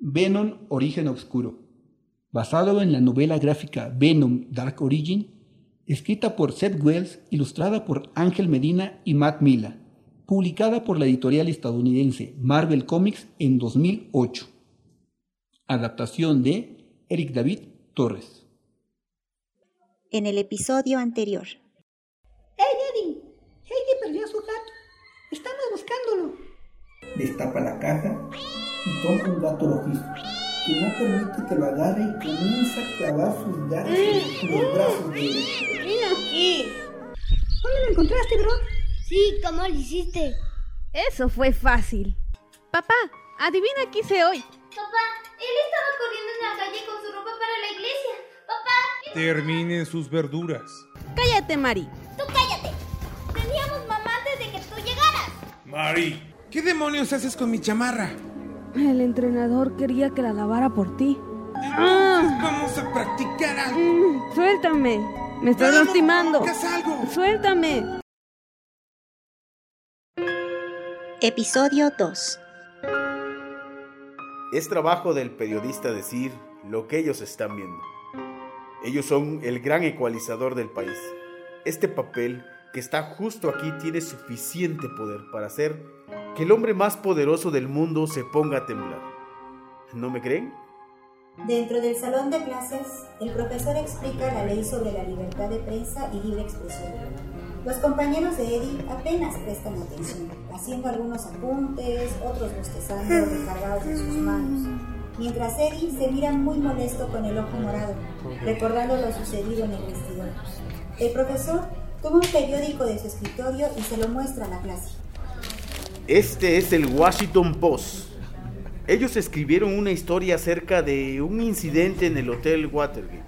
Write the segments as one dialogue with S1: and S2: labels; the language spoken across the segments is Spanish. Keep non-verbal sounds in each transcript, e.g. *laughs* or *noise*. S1: Venom Origen Oscuro, basado en la novela gráfica Venom Dark Origin, escrita por Seth Wells, ilustrada por Ángel Medina y Matt Mila, publicada por la editorial estadounidense Marvel Comics en 2008. Adaptación de Eric David Torres.
S2: En el episodio anterior.
S3: ¡Hey, Eddie! ¡Heidi perdió a su gato! ¡Estamos buscándolo!
S4: Destapa la caja y toma un gato rojizo que no permite que lo agarre y comienza a clavar sus garras en los brazos de él.
S5: Mira aquí.
S3: ¿Dónde lo encontraste, bro?
S5: Sí, ¿cómo lo hiciste?
S6: Eso fue fácil. Papá, adivina qué hice hoy.
S7: Papá, él estaba corriendo en la calle con su ropa para la iglesia. Papá.
S8: Terminen sus verduras.
S6: Cállate, Mari.
S7: Tú cállate. Teníamos mamá desde que tú llegaras.
S8: Mari, ¿qué demonios haces con mi chamarra?
S6: El entrenador quería que la lavara por ti. Ah,
S8: Entonces vamos a practicar algo.
S6: Mm, suéltame. Me estás
S8: Vamos,
S6: lastimando.
S8: haz algo.
S6: Suéltame.
S2: Episodio 2.
S9: Es trabajo del periodista decir lo que ellos están viendo. Ellos son el gran ecualizador del país. Este papel que está justo aquí tiene suficiente poder para hacer que el hombre más poderoso del mundo se ponga a temblar. ¿No me creen?
S10: Dentro del salón de clases, el profesor explica la ley sobre la libertad de prensa y libre expresión. Los compañeros de Eddie apenas prestan atención, haciendo algunos apuntes, otros bostezando recargados de sus manos. Mientras Eddie se mira muy molesto con el ojo morado, recordando lo sucedido en el vestidor. El profesor toma un periódico de su escritorio y se lo muestra a la clase.
S9: Este es el Washington Post. Ellos escribieron una historia acerca de un incidente en el Hotel Watergate.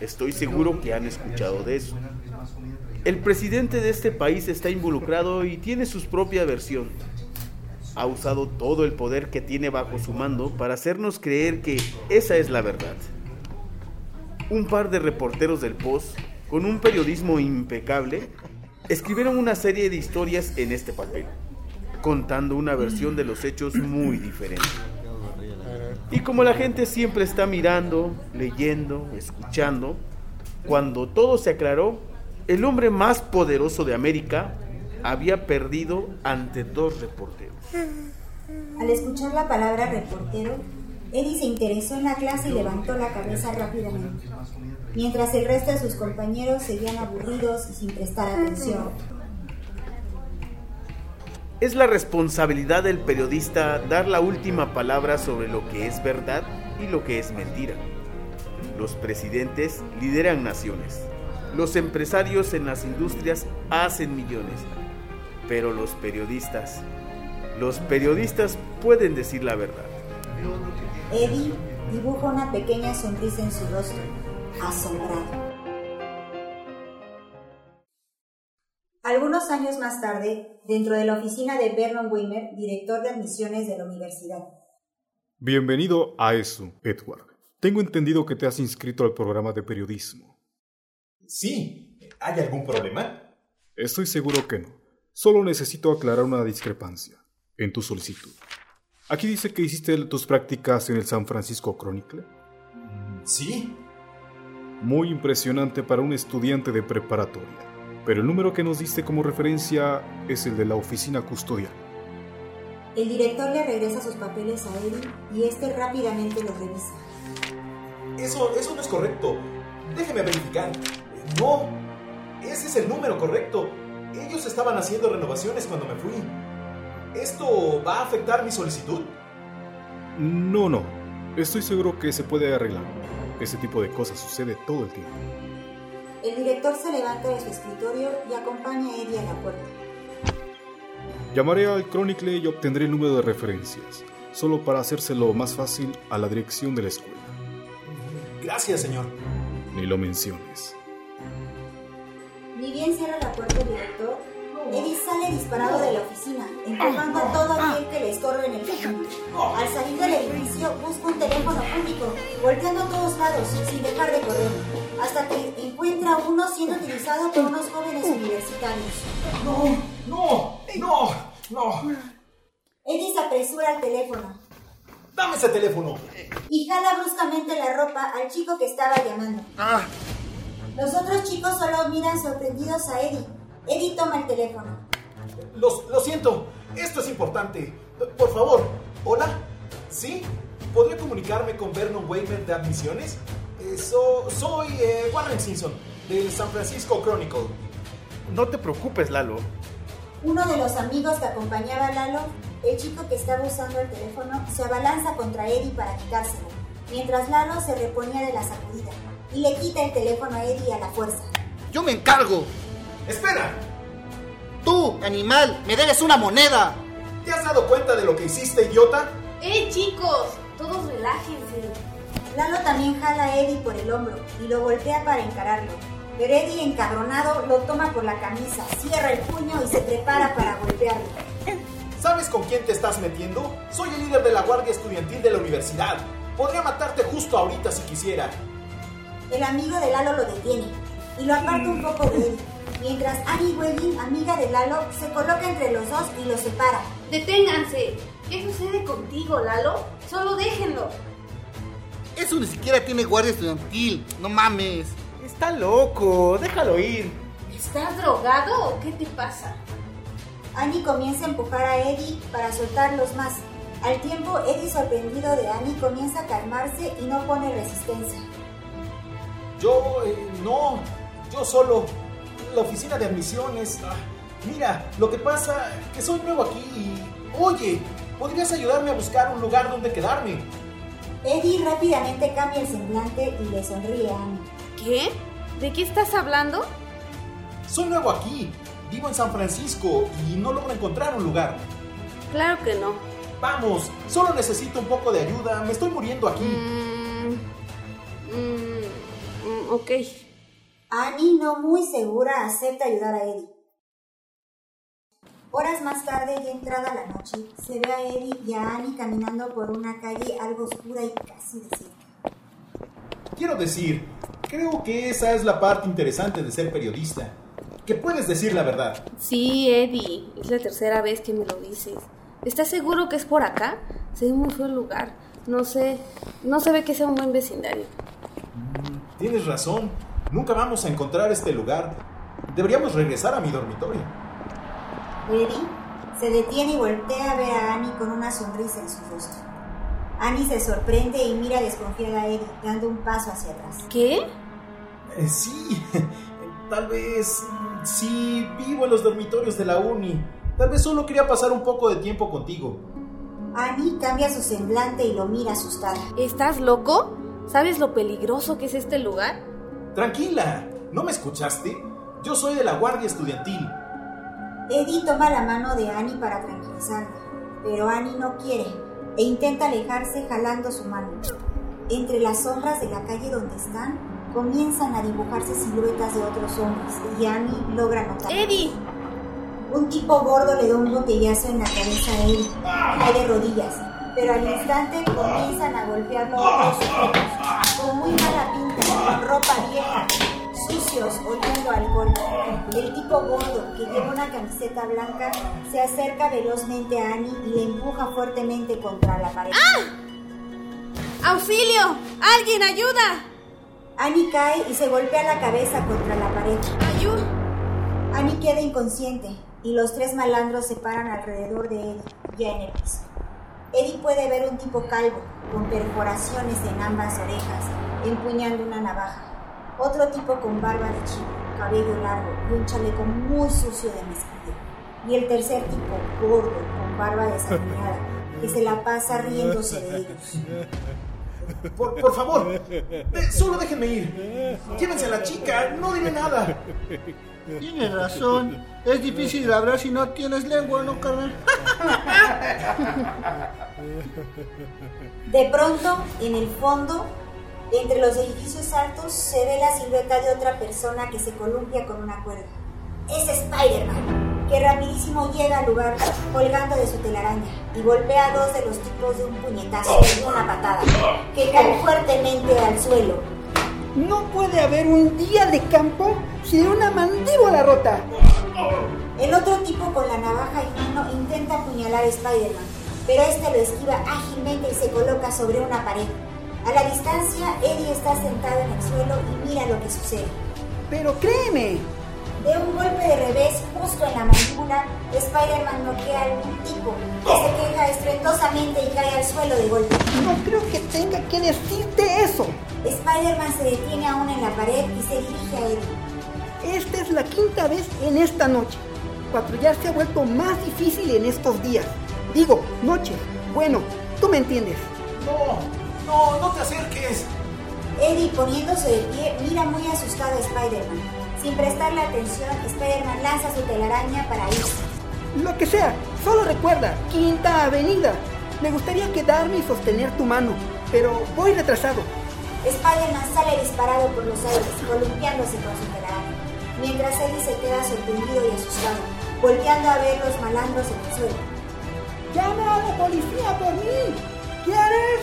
S9: Estoy seguro que han escuchado de eso. El presidente de este país está involucrado y tiene su propia versión. Ha usado todo el poder que tiene bajo su mando para hacernos creer que esa es la verdad. Un par de reporteros del Post, con un periodismo impecable, escribieron una serie de historias en este papel contando una versión de los hechos muy diferente. Y como la gente siempre está mirando, leyendo, escuchando, cuando todo se aclaró, el hombre más poderoso de América había perdido ante dos reporteros.
S10: Al escuchar la palabra reportero, Eddie se interesó en la clase y levantó la cabeza rápidamente, mientras el resto de sus compañeros seguían aburridos y sin prestar atención.
S9: Es la responsabilidad del periodista dar la última palabra sobre lo que es verdad y lo que es mentira. Los presidentes lideran naciones. Los empresarios en las industrias hacen millones. Pero los periodistas, los periodistas pueden decir la verdad.
S10: Eddie dibuja una pequeña sonrisa en su rostro, asombrado. Algunos años más tarde, dentro de la oficina de Vernon Wimmer, director de admisiones de la universidad,
S11: Bienvenido a ESU, Edward. Tengo entendido que te has inscrito al programa de periodismo.
S12: Sí, ¿hay algún problema?
S11: Estoy seguro que no. Solo necesito aclarar una discrepancia en tu solicitud. Aquí dice que hiciste tus prácticas en el San Francisco Chronicle.
S12: Sí,
S11: Muy impresionante para un estudiante de preparatoria. Pero el número que nos diste como referencia es el de la oficina custodial.
S10: el director le regresa sus papeles a Eddie y este rápidamente los revisa.
S12: eso, eso no es correcto. Déjeme verificar. No, ese es el número correcto. Ellos estaban haciendo renovaciones cuando me fui. ¿Esto va a afectar mi solicitud?
S11: No, no. Estoy seguro que se puede arreglar. Ese tipo de cosas sucede todo el tiempo.
S10: El director se levanta de su escritorio y acompaña a Eddie a la puerta.
S11: Llamaré al Chronicle y obtendré el número de referencias, solo para hacérselo más fácil a la dirección de la escuela.
S12: Gracias, señor.
S11: Ni lo menciones.
S10: Ni bien cierra la puerta el director, Eddie sale disparado de la oficina, empujando a todo aquel que le estorbe en el camino. Al salir del edificio, busca un teléfono público, volteando a todos lados, sin dejar de correr, hasta que encuentra uno siendo utilizado por unos jóvenes universitarios.
S12: No, no, no, no.
S10: Eddie se apresura al teléfono.
S12: Dame
S9: ese teléfono!
S10: y jala bruscamente la ropa al chico que estaba llamando. Los otros chicos solo miran sorprendidos a Eddie. Eddie toma el teléfono.
S9: Los- lo siento, esto es importante. Por favor, hola, ¿sí? ¿Podría comunicarme con Vernon Waymer de Admisiones? Eh, so- soy eh, Warren Simpson, del San Francisco Chronicle.
S13: No te preocupes, Lalo.
S10: Uno de los amigos que acompañaba a Lalo, el chico que estaba usando el teléfono, se abalanza contra Eddie para quitárselo, mientras Lalo se reponía de la sacudida y le quita el teléfono a Eddie a la fuerza.
S12: Yo me encargo.
S9: ¡Espera!
S12: Tú, animal, me debes una moneda.
S9: ¿Te has dado cuenta de lo que hiciste, idiota?
S7: ¡Eh, chicos! Todos relájense.
S10: Lalo también jala a Eddie por el hombro y lo voltea para encararlo. Pero Eddie, encabronado, lo toma por la camisa, cierra el puño y se prepara para golpearlo.
S9: ¿Sabes con quién te estás metiendo? Soy el líder de la Guardia Estudiantil de la universidad. Podría matarte justo ahorita si quisiera.
S10: El amigo de Lalo lo detiene y lo aparta un poco de él, mientras Annie Wedding, amiga de Lalo, se coloca entre los dos y los separa.
S7: Deténganse. ¿Qué sucede contigo, Lalo? Solo déjenlo.
S12: Eso ni siquiera tiene guardia estudiantil. No mames.
S13: Está loco, déjalo ir.
S7: ¿Estás drogado o qué te pasa?
S10: Annie comienza a empujar a Eddie para soltarlos más. Al tiempo, Eddie, sorprendido de Annie, comienza a calmarse y no pone resistencia.
S9: Yo, eh, no, yo solo. La oficina de admisiones. ah, mira, lo que pasa que soy nuevo aquí y... Oye, ¿podrías ayudarme a buscar un lugar donde quedarme?
S10: Eddie rápidamente cambia el semblante y le sonríe a Annie.
S6: ¿Qué? ¿De qué estás hablando?
S9: Soy nuevo aquí. Vivo en San Francisco y no logro encontrar un lugar.
S6: Claro que no.
S9: Vamos, solo necesito un poco de ayuda. Me estoy muriendo aquí.
S6: Mm, ok.
S10: Annie, no muy segura, acepta ayudar a Eddie. Horas más tarde, ya entrada la noche, se ve a Eddie y a Annie caminando por una calle algo oscura y casi desierta.
S9: Quiero decir, creo que esa es la parte interesante de ser periodista. Que puedes decir la verdad.
S6: Sí, Eddie, es la tercera vez que me lo dices. ¿Estás seguro que es por acá? Se ve muy feo el lugar. No sé, no se ve que sea un buen vecindario.
S9: Tienes razón. Nunca vamos a encontrar este lugar. Deberíamos regresar a mi dormitorio.
S10: Eddie se detiene y voltea a ver a Annie con una sonrisa en su rostro. Annie se sorprende y mira desconfiada a Eddie, dando un paso hacia atrás.
S6: ¿Qué?
S9: Eh, sí, tal vez mm, sí vivo en los dormitorios de la uni. Tal vez solo quería pasar un poco de tiempo contigo.
S10: Annie cambia su semblante y lo mira asustada.
S6: ¿Estás loco? ¿Sabes lo peligroso que es este lugar?
S9: Tranquila, ¿no me escuchaste? Yo soy de la Guardia Estudiantil.
S10: Eddie toma la mano de Annie para tranquilizarla, pero Annie no quiere e intenta alejarse jalando su mano. Entre las sombras de la calle donde están, comienzan a dibujarse siluetas de otros hombres y Annie logra notar.
S6: ¡Eddie!
S10: Un tipo gordo le da un botellazo en la cabeza a Eddie. Cae de rodillas, pero al instante comienzan a golpearlo otros sujetos, con muy mala pinta, con ropa vieja, sucios, oliendo a alcohol. El tipo gordo, que lleva una camiseta blanca, se acerca velozmente a Annie y le empuja fuertemente contra la pared.
S6: ¡Auxilio! ¡Alguien ayuda!
S10: Annie cae y se golpea la cabeza contra la pared.
S6: ¡Ayuda!
S10: Annie queda inconsciente y los tres malandros se paran alrededor de Eddie, ya en el piso. Eddie puede ver un tipo calvo, con perforaciones en ambas orejas, empuñando una navaja. Otro tipo con barba de chivo, cabello largo y un chaleco muy sucio de mezclilla. Y el tercer tipo, gordo, con barba desalineada, que se la pasa riéndose de ellos.
S9: Por,
S12: *laughs*
S9: por favor, de- solo déjenme ir. Llévense a la chica, no diré nada.
S12: Tienes razón. Es difícil hablar si no tienes lengua, ¿no, carnal?
S10: De pronto, en el fondo, entre los edificios altos, se ve la silueta de otra persona que se columpia con una cuerda. Es Spider-Man, que rapidísimo llega al lugar colgando de su telaraña y golpea a dos de los tipos de un puñetazo y una patada, que caen fuertemente al suelo.
S14: No puede haber un día de campo sin una mandíbula rota.
S10: El otro tipo con la navaja y mano intenta apuñalar a Spider-Man, pero esta lo esquiva ágilmente y se coloca sobre una pared. A la distancia, Eddie está sentado en el suelo y mira lo que sucede.
S3: Pero créeme.
S10: De un golpe de revés justo en la mandíbula, Spider-Man noquea al tipo, que se queja estrepitosamente y cae al suelo de golpe.
S3: No creo que tenga que decirte eso.
S10: Spider-Man se detiene aún en la pared y se dirige a Eddie.
S3: Esta es la quinta vez en esta noche. Patrullar se ha vuelto más difícil en estos días. Digo, noche. Bueno, tú me entiendes.
S12: No, no, no te acerques.
S10: Eddie, poniéndose de pie, mira muy asustado a Spider-Man. Sin prestarle atención, Spider-Man lanza su telaraña para irse.
S3: Lo que sea, solo recuerda, Quinta Avenida. Me gustaría quedarme y sostener tu mano, pero voy retrasado.
S10: Spider-Man sale disparado por los aires, columpiándose con su telaraña, mientras Eddie se queda sorprendido y asustado, volteando a ver los malandros en el suelo.
S3: ¡Llama a la policía por mí! ¿Quieres?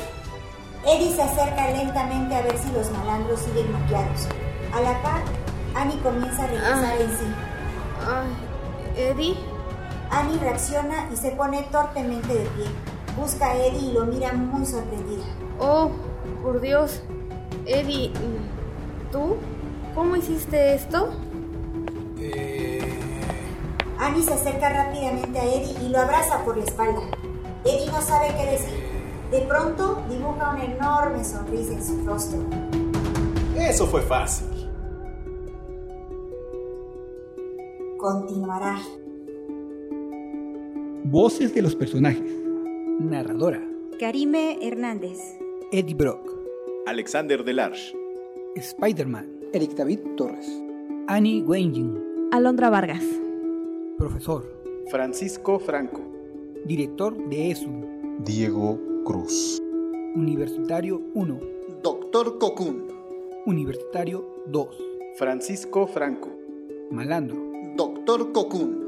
S10: Eddie se acerca lentamente a ver si los malandros siguen maquillados. A la par, Annie comienza a regresar
S6: Ay.
S10: en sí.
S6: Ay, Eddie.
S10: Annie reacciona y se pone torpemente de pie. Busca a Eddie y lo mira muy sorprendida.
S6: Oh, por Dios. Eddie, ¿tú? ¿Cómo hiciste esto?
S10: Annie se acerca rápidamente a Eddie y lo abraza por la espalda. Eddie no sabe qué decir. De pronto dibuja una enorme sonrisa en su rostro.
S12: Eso fue fácil.
S10: Continuará.
S1: Voces de los personajes. Narradora.
S2: Karime Hernández.
S1: Eddie Brock.
S12: Alexander Delarge.
S1: Spider-Man. Eric David Torres. Annie Wenjin.
S15: Alondra Vargas.
S1: Profesor.
S9: Francisco Franco.
S1: Director de ESU.
S16: Diego Cruz.
S1: Universitario 1.
S17: Doctor Cocoon.
S1: Universitario 2.
S9: Francisco Franco.
S1: Malandro.
S17: Doctor Cocoon.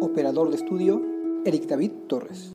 S18: Operador de estudio, Eric David Torres.